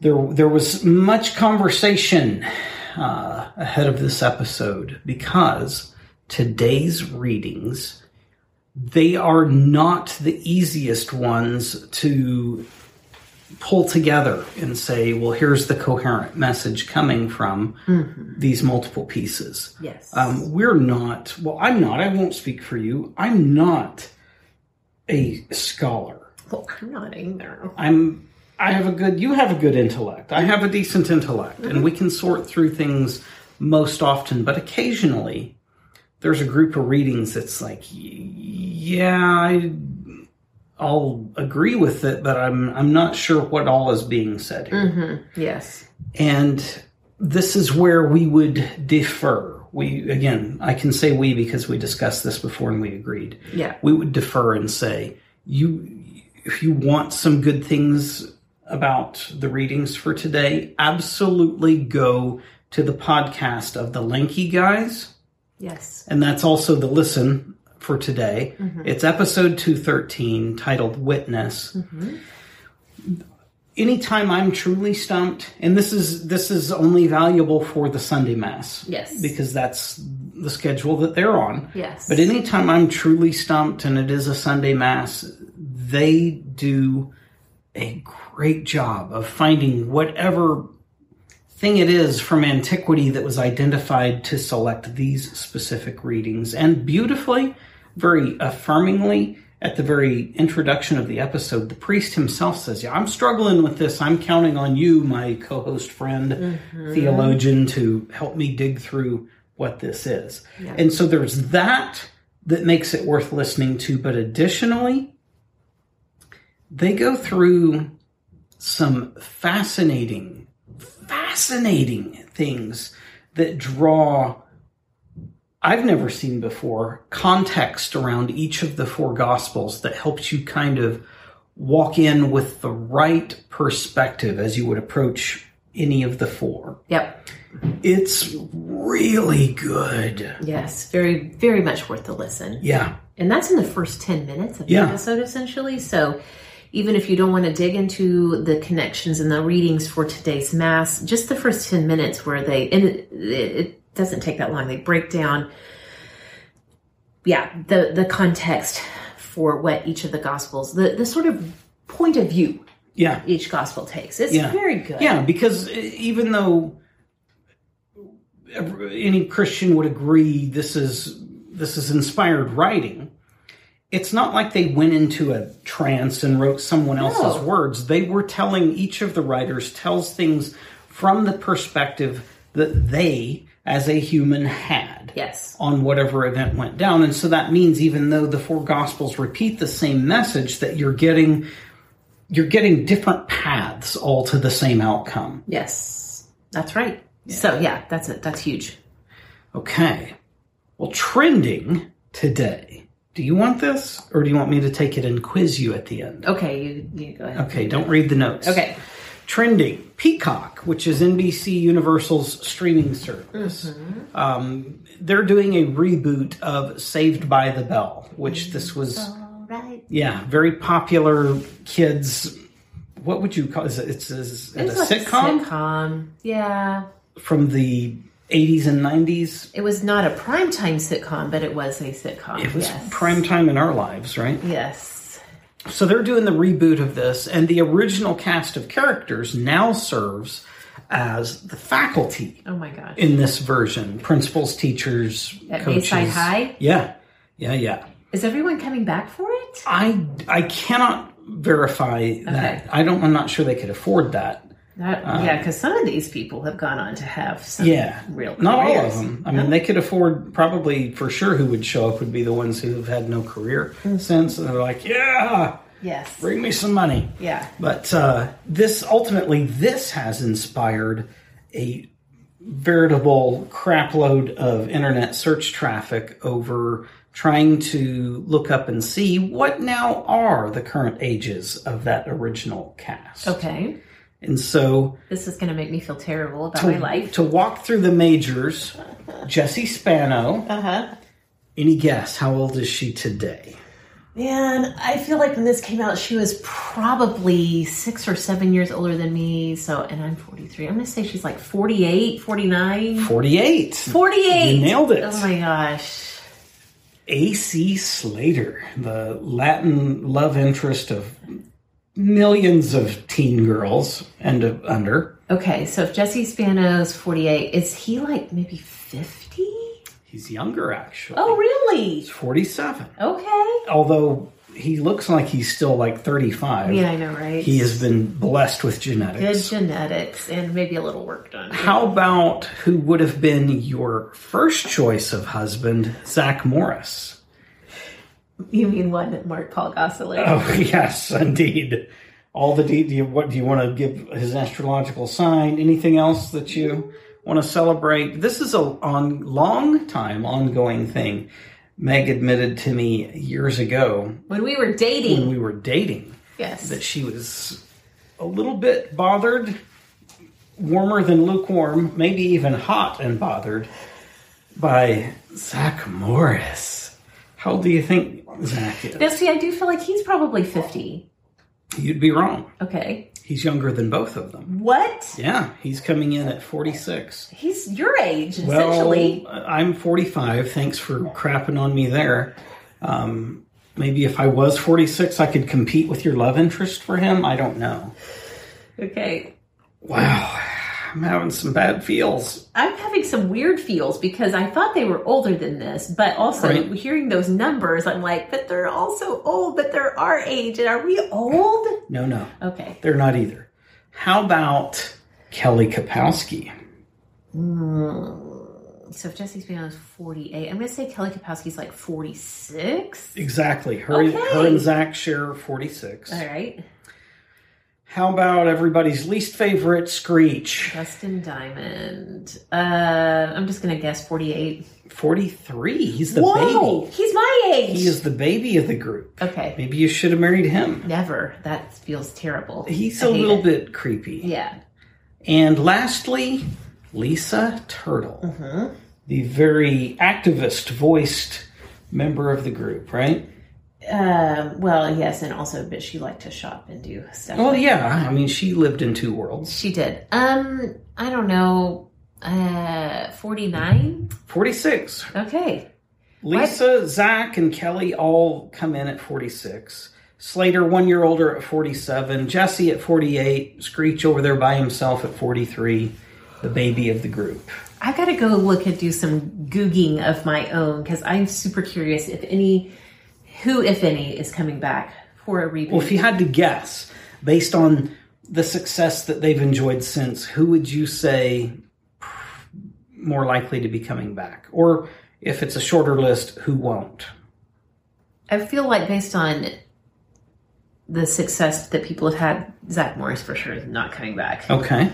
D: there there was much conversation uh, ahead of this episode because today's readings they are not the easiest ones to pull together and say well here's the coherent message coming from these multiple pieces
C: Yes.
D: um, we're not well i'm not i won't speak for you i'm not a scholar
C: well, I'm not either.
D: I'm I have a good you have a good intellect. I have a decent intellect and we can sort through things most often, but occasionally there's a group of readings that's like y- yeah, I I'll agree with it, but I'm I'm not sure what all is being said here.
C: Mm-hmm. Hmm, Yes.
D: And this is where we would differ. We again, I can say we because we discussed this before and we agreed
C: Yeah.
D: we would defer and say you if you want some good things about the readings for today absolutely go to the podcast of the lanky guys
C: Yes.
D: and that's also the listen for today it's episode 213 titled witness anytime i'm truly stumped and this is this is only valuable for the sunday mass
C: Yes.
D: because that's the schedule that they're on
C: Yes.
D: but anytime I'm truly stumped and it is a Sunday Mass, they do a great job of finding whatever thing it is from antiquity that was identified to select these specific readings. And beautifully, very affirmingly, at the very introduction of the episode, the priest himself says, Yeah, I'm struggling with this. I'm counting on you, my co host friend, theologian, to help me dig through what this is. And so there's that that makes it worth listening to. But additionally, they go through some fascinating, fascinating things that draw, I've never seen before, context around each of the four gospels that helps you kind of walk in with the right perspective as you would approach any of the four.
C: Yep.
D: It's really good.
C: Yes, very, very much worth a listen.
D: Yeah.
C: And that's in the first 10 minutes of the
D: Yeah.
C: episode, essentially. So even if you don't want to dig into the connections and the readings for today's Mass, just the first 10 minutes where they, and it, it doesn't take that long, they break down, yeah, the, the context for what each of the Gospels, the, the sort of point of view
D: Yeah.
C: each Gospel takes. It's
D: Yeah.
C: very good.
D: Yeah, because e- even though any Christian would agree this is this is inspired writing, it's not like they went into a trance and wrote someone else's
C: No.
D: words. They were telling each of the writers tells things from the perspective that they as a human had
C: Yes.
D: on whatever event went down. And so that means even though the four gospels repeat the same message that you're getting you're getting different paths all to the same outcome.
C: Yes. That's right. So yeah, that's it. That's huge.
D: Okay. Well, trending today. Do you want this or do you want me to take it and quiz you at the end?
C: Okay, you, you go ahead.
D: Okay, don't read the notes.
C: Okay.
D: Trending Peacock, which is NBC Universal's streaming service. Um, they're doing a reboot of Saved by the Bell, which this was
C: All right.
D: Yeah, very popular kids. What would you call? Is it, it's, is it
C: It was
D: a
C: like
D: sitcom
C: sitcom. Yeah.
D: from the eighties and nineties?
C: It was not a primetime sitcom, but it was a sitcom.
D: It was
C: yes.
D: prime time in our lives, right?
C: Yes.
D: So they're doing the reboot of this, and the original cast of characters now serves as the faculty
C: Oh my gosh.
D: in this version: principals, teachers,
C: At
D: coaches.
C: Bayside High?
D: Yeah, yeah, yeah.
C: Is everyone coming back for it?
D: I I cannot verify that. I don't. I'm not sure they could afford that.
C: That, yeah, because some of these people have gone on to have some
D: Uh, yeah
C: real careers.
D: not all of them i mean they could afford probably for sure who would show up would be the ones who have had no career
C: Hmm.
D: since and they're like yeah
C: Yes.
D: bring me some money
C: Yeah.
D: but uh, this ultimately this has inspired a veritable crapload of internet search traffic over trying to look up and see what now are the current ages of that original cast
C: Okay.
D: and so
C: This is going to make me feel terrible about my life.
D: to walk through the majors, Jesse Spano. Uh huh.
C: Uh-huh.
D: Any guess? How old is she today?
C: Man, I feel like when this came out, she was probably six or seven years older than me. So, and I'm 43. I'm going to say she's like 48, 49.
D: 48.
C: 48!
D: You nailed it.
C: Oh my gosh.
D: A.C. Slater, the Latin love interest of millions of teen girls and of under.
C: Okay, so if Jesse Spano's 48, is he like maybe 50?
D: He's younger, actually.
C: Oh, really?
D: He's 47.
C: Okay.
D: Although he looks like he's still like 35.
C: Yeah, I know, right?
D: He has been blessed with genetics.
C: Good genetics and maybe a little work done.
D: How about who would have been your first choice of husband, Zach Morris?
C: You mean one that Mark Paul Gosselaar?
D: Oh yes, indeed. All the de- do you, what do you want to give his astrological sign? Anything else that you want to celebrate? This is a on long time ongoing thing. Meg admitted to me years ago
C: When we were
D: when
C: dating.
D: we were dating
C: yes.
D: that she was a little bit bothered, warmer than lukewarm, maybe even hot and bothered by Zach Morris. How old do you think Zach is?
C: Now, see, I do feel like he's probably 50.
D: You'd be wrong.
C: Okay.
D: He's younger than both of them.
C: What?
D: Yeah, he's coming in at 46.
C: He's your age, essentially.
D: Well, I'm 45. Thanks for crapping on me there. Um, maybe if I was 46, I could compete with your love interest for him. I don't know.
C: Okay.
D: Wow, I'm having some bad feels.
C: I'm having some weird feels because I thought they were older than this, but also
D: Right.
C: hearing those numbers, I'm like, but they're also old, but they're our age, and are we old?
D: No, no,
C: Okay.
D: they're not either. How about Kelly Kapowski?
C: Mm. So if Jesse Spano is 48, I'm going to say Kelly Kapowski's like 46.
D: Exactly. Her, her
C: Okay.
D: and Zach share 46.
C: All right.
D: How about everybody's least favorite, Screech?
C: Dustin Diamond. Uh, I'm just going to guess 48.
D: 43. He's the
C: Whoa!
D: baby.
C: He's my age.
D: He is the baby of the group.
C: okay.
D: Maybe you should have married him.
C: Never. That feels terrible.
D: He's
C: I
D: a
C: hate
D: little
C: it.
D: bit creepy.
C: Yeah.
D: And lastly, Lisa Turtle,
C: Mm-hmm.
D: the very activist voiced member of the group, right?
C: Um, well, yes, and also, but she liked to shop and do stuff.
D: Well,
C: like-
D: yeah. I mean, she lived in two worlds.
C: she did. Um, I don't know, uh, forty nine.
D: 46.
C: Okay,
D: Lisa, Zach, and Kelly all come in at 46. Slater, one year older, at 47. Jesse at 48. Screech over there by himself at 43. The baby of the group.
C: I've got to go look and do some googing of my own because I'm super curious if any, who if any, is coming back for a reboot.
D: Well, if you had to guess, based on the success that they've enjoyed since, who would you say more likely to be coming back? Or if it's a shorter list, who won't?
C: I feel like based on the success that people have had, Zach Morris for sure is not coming back.
D: Okay.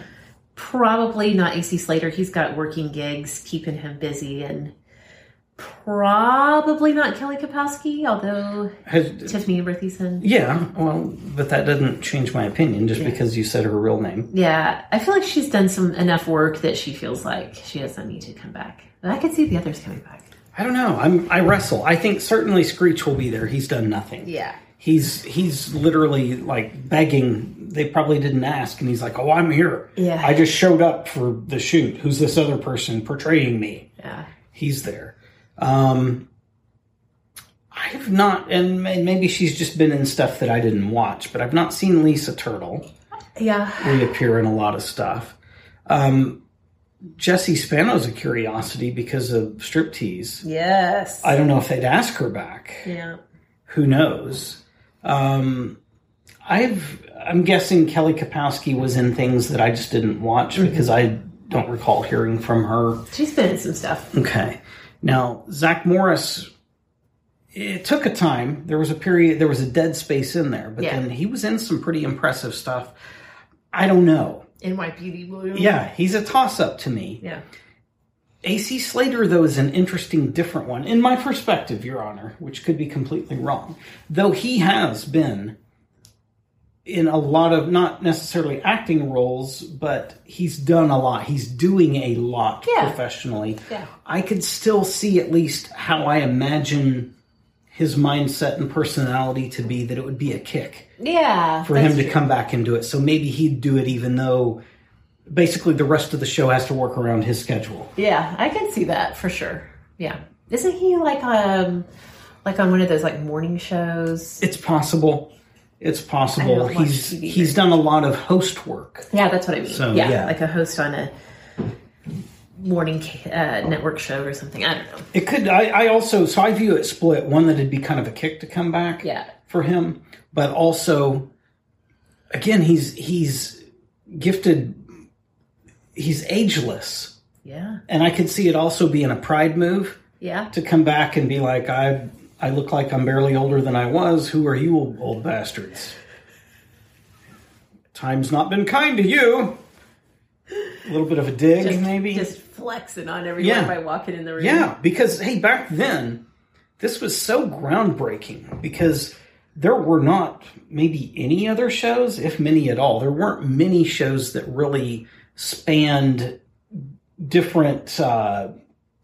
C: Probably not AC Slater. He's got working gigs keeping him busy, and probably not Kelly Kapowski. Although
D: Has-
C: Tiffany Berthieson.
D: yeah, well, but that doesn't change my opinion just because you said her real name.
C: Yeah, I feel like she's done some enough work that she feels like she doesn't need to come back. But I could see the others coming back.
D: I don't know. I'm I wrestle. I think certainly Screech will be there. He's done nothing.
C: Yeah.
D: He's he's literally like begging. They probably didn't ask, and he's like, "Oh, I'm here.
C: Yeah.
D: I just showed up for the shoot. Who's this other person portraying me?
C: Yeah.
D: He's there." Um, I have not, and may- maybe she's just been in stuff that I didn't watch, but I've not seen Lisa Turtle
C: Yeah.
D: reappear in a lot of stuff. Um, Jesse Spano's a curiosity because of striptease.
C: Yes.
D: I don't know if they'd ask her back.
C: yeah.
D: Who knows? Um, I've I'm guessing Kelly Kapowski was in things that I just didn't watch because I don't recall hearing from her.
C: She's been in some stuff.
D: Okay. Now Zach Morris. It took a time. There was a period. There was a dead space in there, but
C: Yeah.
D: then he was in some pretty impressive stuff. I don't know.
C: NYPD Blue.
D: Yeah, he's a toss up to me.
C: Yeah.
D: AC Slater, though, is an interesting, different one, in my perspective, Your Honor, which could be completely wrong. Though he has been in a lot of, not necessarily acting roles, but he's done a lot. He's doing a lot
C: Yeah.
D: professionally.
C: Yeah.
D: I could still see at least how I imagine his mindset and personality to be that it would be a kick
C: Yeah.
D: for him to come back and do it. So maybe he'd do it even though basically the rest of the show has to work around his schedule.
C: Yeah, I can see that for sure. Yeah. Isn't he like um like on one of those like morning shows?
D: It's possible. It's
C: I
D: possible.
C: don't watch
D: He's
C: TV
D: he's done a lot of host work.
C: Yeah, that's what I mean.
D: So,
C: yeah,
D: yeah.
C: like a host on a morning ca- uh, network show or something. I don't know.
D: It could. I, I also so I view it split. One that it'd be kind of a kick to come back.
C: Yeah.
D: For him, but also, again, he's he's gifted. He's ageless,
C: Yeah.
D: and I could see it also being a pride move
C: Yeah.
D: to come back and be like, I I look like I'm barely older than I was. Who are you, old bastards? Time's not been kind to you. A little bit of a dig, maybe.
C: Just flexing on everyone
D: Yeah.
C: by walking in the room.
D: Yeah, because hey, back then, this was so groundbreaking because there were not maybe any other shows, if many at all. There weren't many shows that really spanned different uh,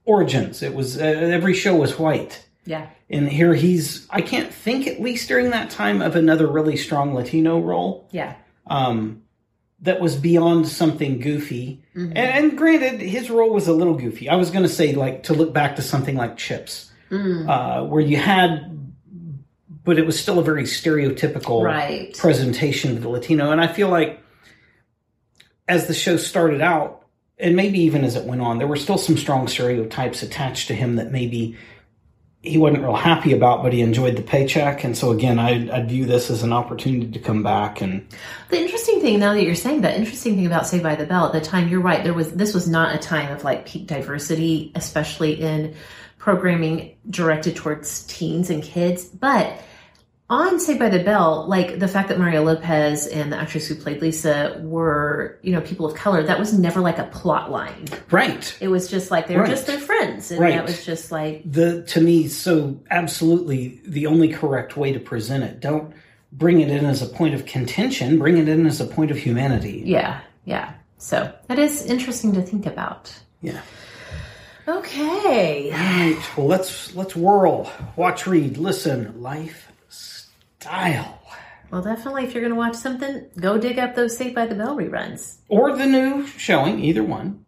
D: origins. It was uh, every show was white.
C: Yeah.
D: And here he's, I can't think, at least during that time, of another really strong Latino role
C: Yeah.
D: um, that was beyond something goofy. And, and granted, his role was a little goofy. I was going to say, like, to look back to something like Chips, uh, where you had, but it was still a very stereotypical
C: Right.
D: presentation of the Latino. And I feel like as the show started out, and maybe even as it went on, there were still some strong stereotypes attached to him that maybe he wasn't real happy about, but he enjoyed the paycheck. And so again, I, I view this as an opportunity to come back and
C: The interesting thing now that you're saying that interesting thing about Saved by the Bell at the time you're right there was this was not a time of like peak diversity especially in programming directed towards teens and kids but on Saved by the Bell like the fact that Mario Lopez and the actress who played Lisa were you know people of color that was never like a plot line
D: Right.
C: it was just like they were
D: Right.
C: just their friends and
D: Right.
C: that was just like
D: The to me so absolutely the only correct way to present it. Don't bring it in as a point of contention, bring it in as a point of humanity.
C: yeah yeah So that is interesting to think about.
D: Yeah.
C: Okay.
D: All right. Well, let's let's whirl, watch, read, listen, lifestyle,
C: Well, definitely, if you're going to watch something, go dig up those Saved by the Bell reruns.
D: or the new showing, either one.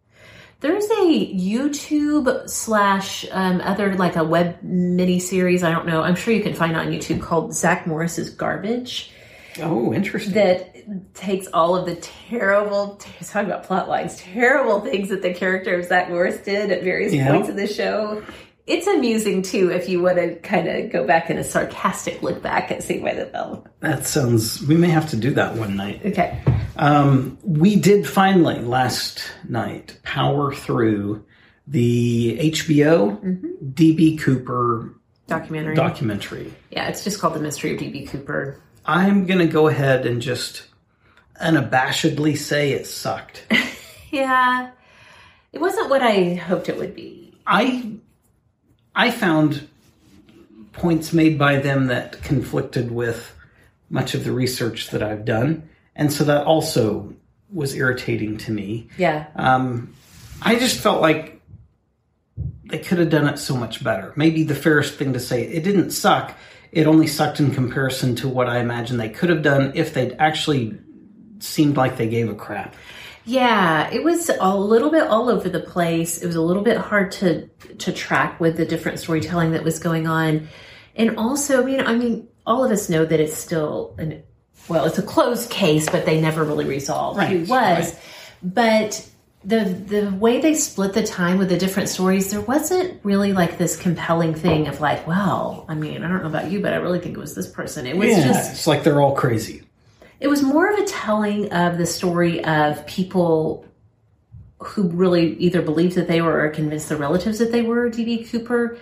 C: There's a YouTube slash um, other like a web mini series. I don't know. I'm sure you can find it on YouTube called Zach Morris's Garbage
D: Oh, interesting.
C: that takes all of the terrible talking about plot lines, terrible things that the character of Zach Morris did at various
D: Yeah.
C: points in the show. It's amusing too if you want to kind of go back in a sarcastic look back at Saved by the Bell.
D: that sounds. We may have to do that one night.
C: Okay.
D: Um, we did finally last night power through the HBO DB Cooper
C: Documentary.
D: documentary.
C: yeah, it's just called The Mystery of D.B. Cooper.
D: I'm going to go ahead and just unabashedly say it sucked.
C: Yeah. It wasn't what I hoped it would be.
D: I I found points made by them that conflicted with much of the research that I've done, and so that also was irritating to me.
C: Yeah.
D: Uh, I just felt like they could have done it so much better. Maybe the fairest thing to say, it didn't suck. It only sucked in comparison to what I imagine they could have done if they'd actually seemed like they gave a crap.
C: Yeah, it was a little bit all over the place. It was a little bit hard to to track with the different storytelling that was going on. And also, I mean, I mean, all of us know that it's still an well, it's a closed case, but they never really resolved who
D: Right,
C: was.
D: right.
C: But the the way they split the time with the different stories, there wasn't really like this compelling thing of like, well, I mean, I don't know about you, but I really think it was this person. It was just
D: it's like they're all crazy.
C: it was more of a telling of the story of people who really either believed that they were or convinced their relatives that they were DB Cooper,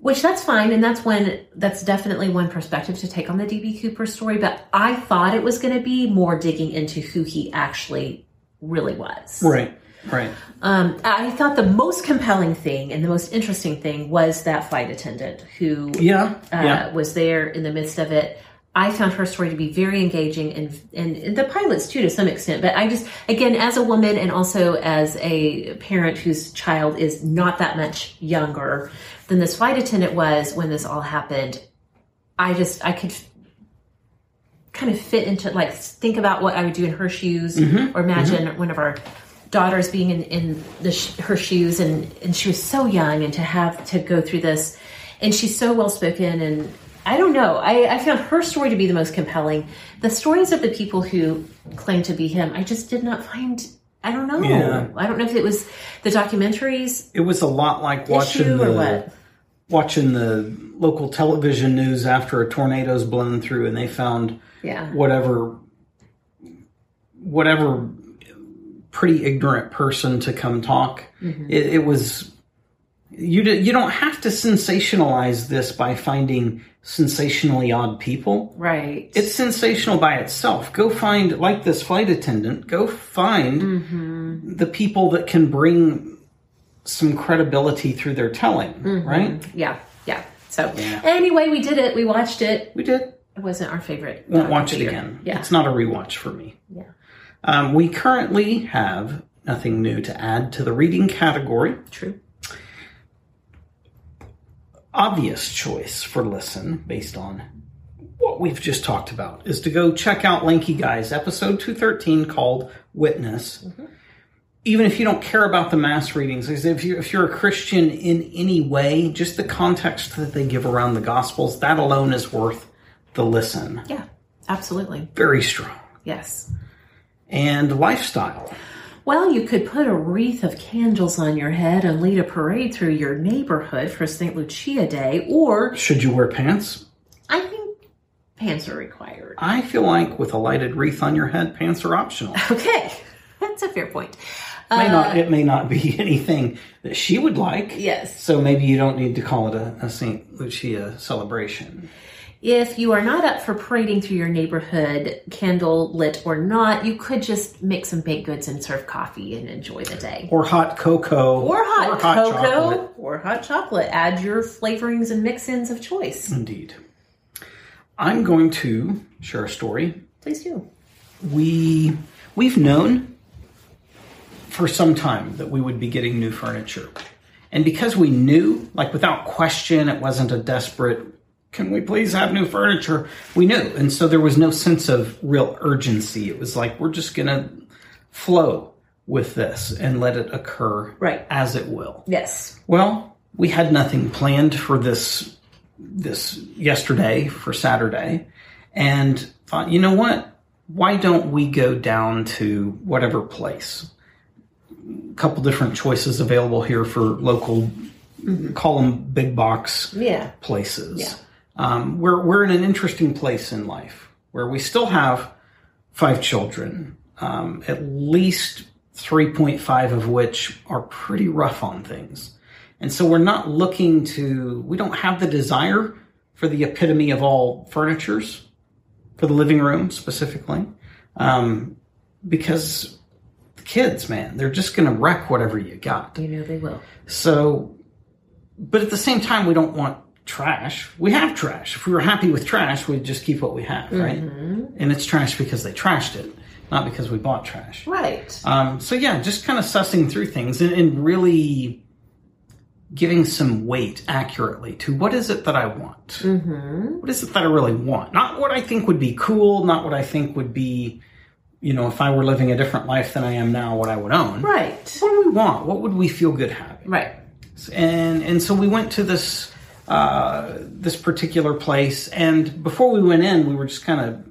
C: which that's fine. And that's one, that's definitely one perspective to take on the DB Cooper story. But I thought it was going to be more digging into who he actually really was.
D: Right, right.
C: Um, I thought the most compelling thing and the most interesting thing was that flight attendant who
D: Yeah,
C: uh,
D: yeah.
C: was there in the midst of it. I found her story to be very engaging and, and and the pilots too to some extent. But I just again as a woman and also as a parent whose child is not that much younger than this flight attendant was when this all happened, I just I could f- kind of fit into like think about what I would do in her shoes
D: Mm-hmm.
C: or imagine one of our daughters being in in the sh- her shoes and and she was so young and to have to go through this and she's so well spoken and I don't know I, I found her story to be the most compelling the stories of the people who claim to be him I just did not find I don't know
D: Yeah.
C: I don't know if it was the documentaries
D: It was a lot like watching
C: issue
D: the
C: or what
D: watching the local television news after a tornado's blown through and they found
C: yeah
D: whatever whatever pretty ignorant person to come talk.
C: Mm-hmm.
D: It, it was you. di- You don't have to sensationalize this by finding sensationally odd people.
C: right
D: It's sensational by itself. Go find like this flight attendant. Go find the people that can bring some credibility through their telling. Right?
C: yeah yeah so anyway we did it we watched it
D: We did.
C: It wasn't our favorite.
D: won't watch it
C: Here.
D: again.
C: Yeah.
D: It's not a rewatch for me.
C: Yeah.
D: Um, we currently have nothing new to add to the reading category.
C: True.
D: Obvious choice for listen based on what we've just talked about is to go check out Lanky Guys episode 213 called Witness.
C: Mm-hmm.
D: Even if you don't care about the mass readings, because if you if you're a Christian in any way, just the context that they give around the Gospels, that alone is worth the listen.
C: Yeah. Absolutely.
D: Very strong.
C: Yes.
D: And lifestyle.
C: Well, you could put a wreath of candles on your head and lead a parade through your neighborhood for St. Lucia Day, or
D: Should you wear pants?
C: I think pants are required.
D: I feel like with a lighted wreath on your head, pants are optional.
C: Okay. That's a fair point. Uh,
D: It may not, it may not be anything that she would like.
C: Yes.
D: So maybe you don't need to call it a, a St. Lucia celebration.
C: If you are not up for parading through your neighborhood, candle lit or not, you could just make some baked goods and serve coffee and enjoy the day.
D: Or hot cocoa.
C: Or hot, cocoa
D: chocolate.
C: or hot chocolate. Add your flavorings and mix ins of choice.
D: Indeed. I'm going to share a story.
C: Please do.
D: We we've known for some time that we would be getting new furniture. And because we knew, like without question, it wasn't a desperate, can we please have new furniture? We knew. And so there was no sense of real urgency. It was like, we're just going to flow with this and let it occur
C: Right.
D: as it will.
C: Yes.
D: Well, we had nothing planned for this this yesterday for Saturday and thought, you know what? Why don't we go down to whatever place? A couple different choices available here for local call them big box
C: Yeah.
D: places. Um, we're we're in an interesting place in life where we still have five children, um, at least three point five of which are pretty rough on things, and so we're not looking to. We don't have the desire for the epitome of all furnitures for the living room specifically, um, because the kids, man, they're just going to wreck whatever you got.
C: You know they will.
D: So, but at the same time, we don't want trash. We have trash. If we were happy with trash, we'd just keep what we have, right? And it's trash because they trashed it, not because we bought trash.
C: Right.
D: Um, so yeah, just kind of sussing through things and, and really giving some weight accurately to what is it that I want? Mm-hmm. is it that I really want? Not what I think would be cool. Not what I think would be, you know, if I were living a different life than I am now, what I would own.
C: Right.
D: What do we want? What would we feel good having?
C: Right.
D: and and so we went to this uh, this particular place, and before we went in, we were just kind of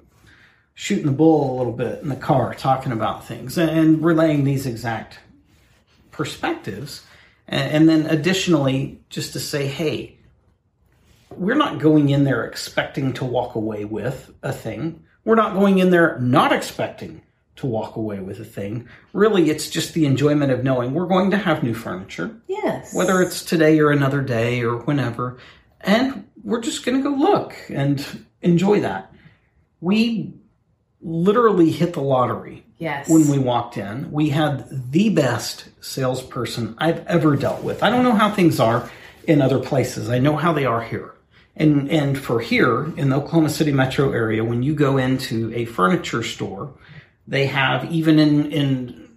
D: shooting the bull a little bit in the car, talking about things and, and relaying these exact perspectives, and, and then additionally, just to say, hey, we're not going in there expecting to walk away with a thing. We're not going in there not expecting to walk away with a thing. Really, it's just the enjoyment of knowing we're going to have new furniture
C: Yes.
D: whether it's today or another day or whenever. And we're just going to go look and enjoy that. We literally hit the lottery
C: yes.
D: when we walked in. We had the best salesperson I've ever dealt with. I don't know how things are in other places. I know how they are here. And and for here in the Oklahoma City metro area, when you go into a furniture store, they have even in in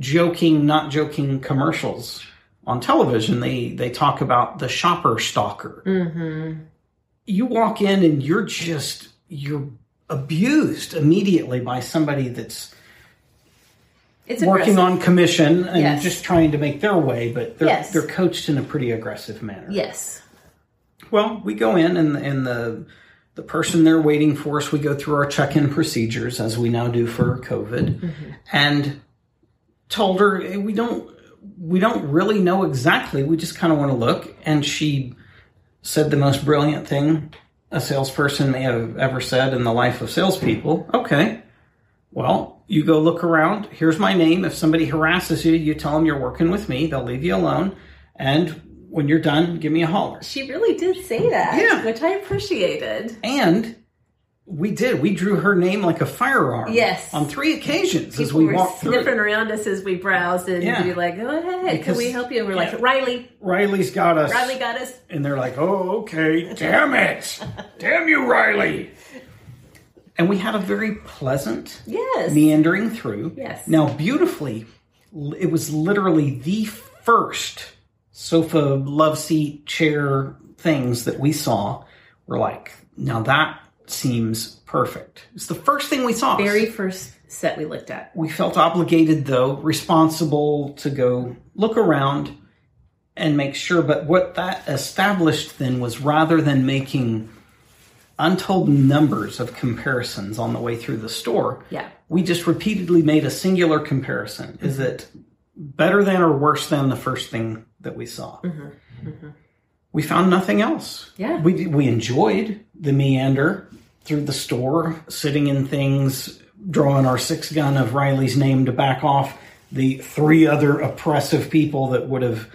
D: joking, not joking commercials on television, they they talk about the shopper stalker. Mm-hmm. You walk in and you're just you're abused immediately by somebody that's
C: it's
D: working
C: aggressive.
D: on commission and
C: Yes.
D: just trying to make their way, but they're
C: Yes.
D: they're coached in a pretty aggressive manner.
C: Yes.
D: Well, we go in and and the the person there waiting for us, we go through our check-in procedures as we now do for COVID, and told her "Eh, we don't we don't really know exactly. We just kind of want to look, and she said the most brilliant thing a salesperson may have ever said in the life of salespeople. Okay, well, you go look around. Here's my name. If somebody harasses you, you tell them you're working with me. They'll leave you alone, and when you're done, give me a holler.
C: She really did say that.
D: Yeah.
C: Which I appreciated.
D: And we did. We drew her name like a firearm.
C: Yes.
D: On three occasions as
C: People
D: we
C: were
D: walked through.
C: sniffing
D: it.
C: around us as we browsed and
D: Yeah.
C: be like, oh, hey, can
D: Because-
C: we help you? And we're
D: Yeah.
C: like, Riley.
D: Riley's got us.
C: Riley got us.
D: and they're like, oh, okay. Damn it. Damn you, Riley. And we had a very pleasant
C: Yes.
D: meandering through.
C: Yes.
D: Now, beautifully, l- it was literally the first sofa, love seat, chair things that we saw. We're like, now that seems perfect. It's the first thing we saw.
C: Very first set we looked at.
D: we felt obligated though responsible to go look around and make sure but what that established then was rather than making untold numbers of comparisons on the way through the store
C: Yeah.
D: we just repeatedly made a singular comparison is it better than or worse than the first thing that we saw we found nothing else
C: Yeah.
D: we, we enjoyed the meander through the store sitting in things drawing our six gun of riley's name to back off the three other oppressive people that would have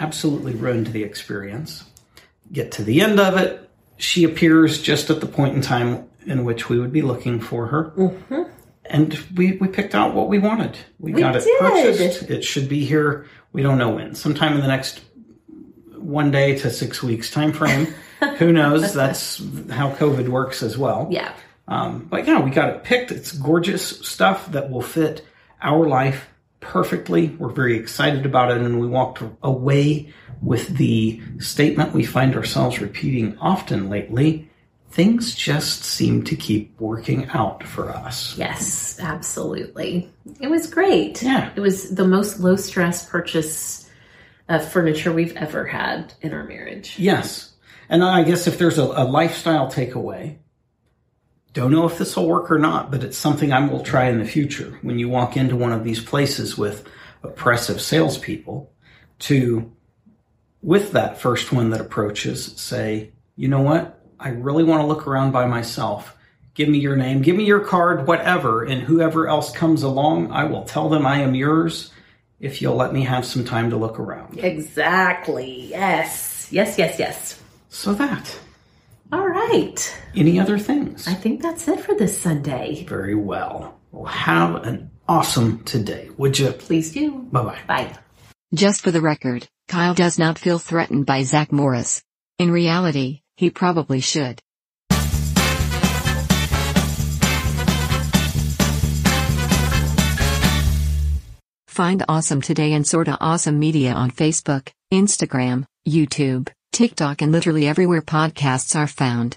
D: absolutely ruined the experience get to the end of it she appears just at the point in time in which we would be looking for her
C: Mm-hmm.
D: and we, we picked out what we wanted. We, got it
C: did.
D: purchased. It should be here. We don't know when. Sometime in the next one day to six weeks time frame. Who knows? That's how COVID works as well.
C: Yeah.
D: Um, but yeah, we got it picked. It's gorgeous stuff that will fit our life perfectly. We're very excited about it, and we walked away with the statement we find ourselves repeating often lately things just seem to keep working out for us.
E: Yes, absolutely. It was great.
D: Yeah.
E: It was the most low stress purchase of furniture we've ever had in our marriage.
D: Yes. And I guess if there's a, a lifestyle takeaway, don't know if this will work or not, but it's something I will try in the future. When you walk into one of these places with oppressive salespeople, to, with that first one that approaches, say, you know what? I really want to look around by myself. Give me your name, give me your card, whatever, and whoever else comes along, I will tell them I am yours if you'll let me have some time to look around.
E: Exactly. Yes. Yes, yes, yes.
D: So that.
E: All right.
D: Any other things?
E: I think that's it for this Sunday.
D: Very well. Well, have an awesome today, would you?
E: Please do.
D: Bye bye.
E: Bye.
F: Just for the record, Kyle does not feel threatened by Zach Morris. In reality, he probably should. Find Awesome Today and Sorta Awesome Media on Facebook, Instagram, YouTube, TikTok, and literally everywhere podcasts are found.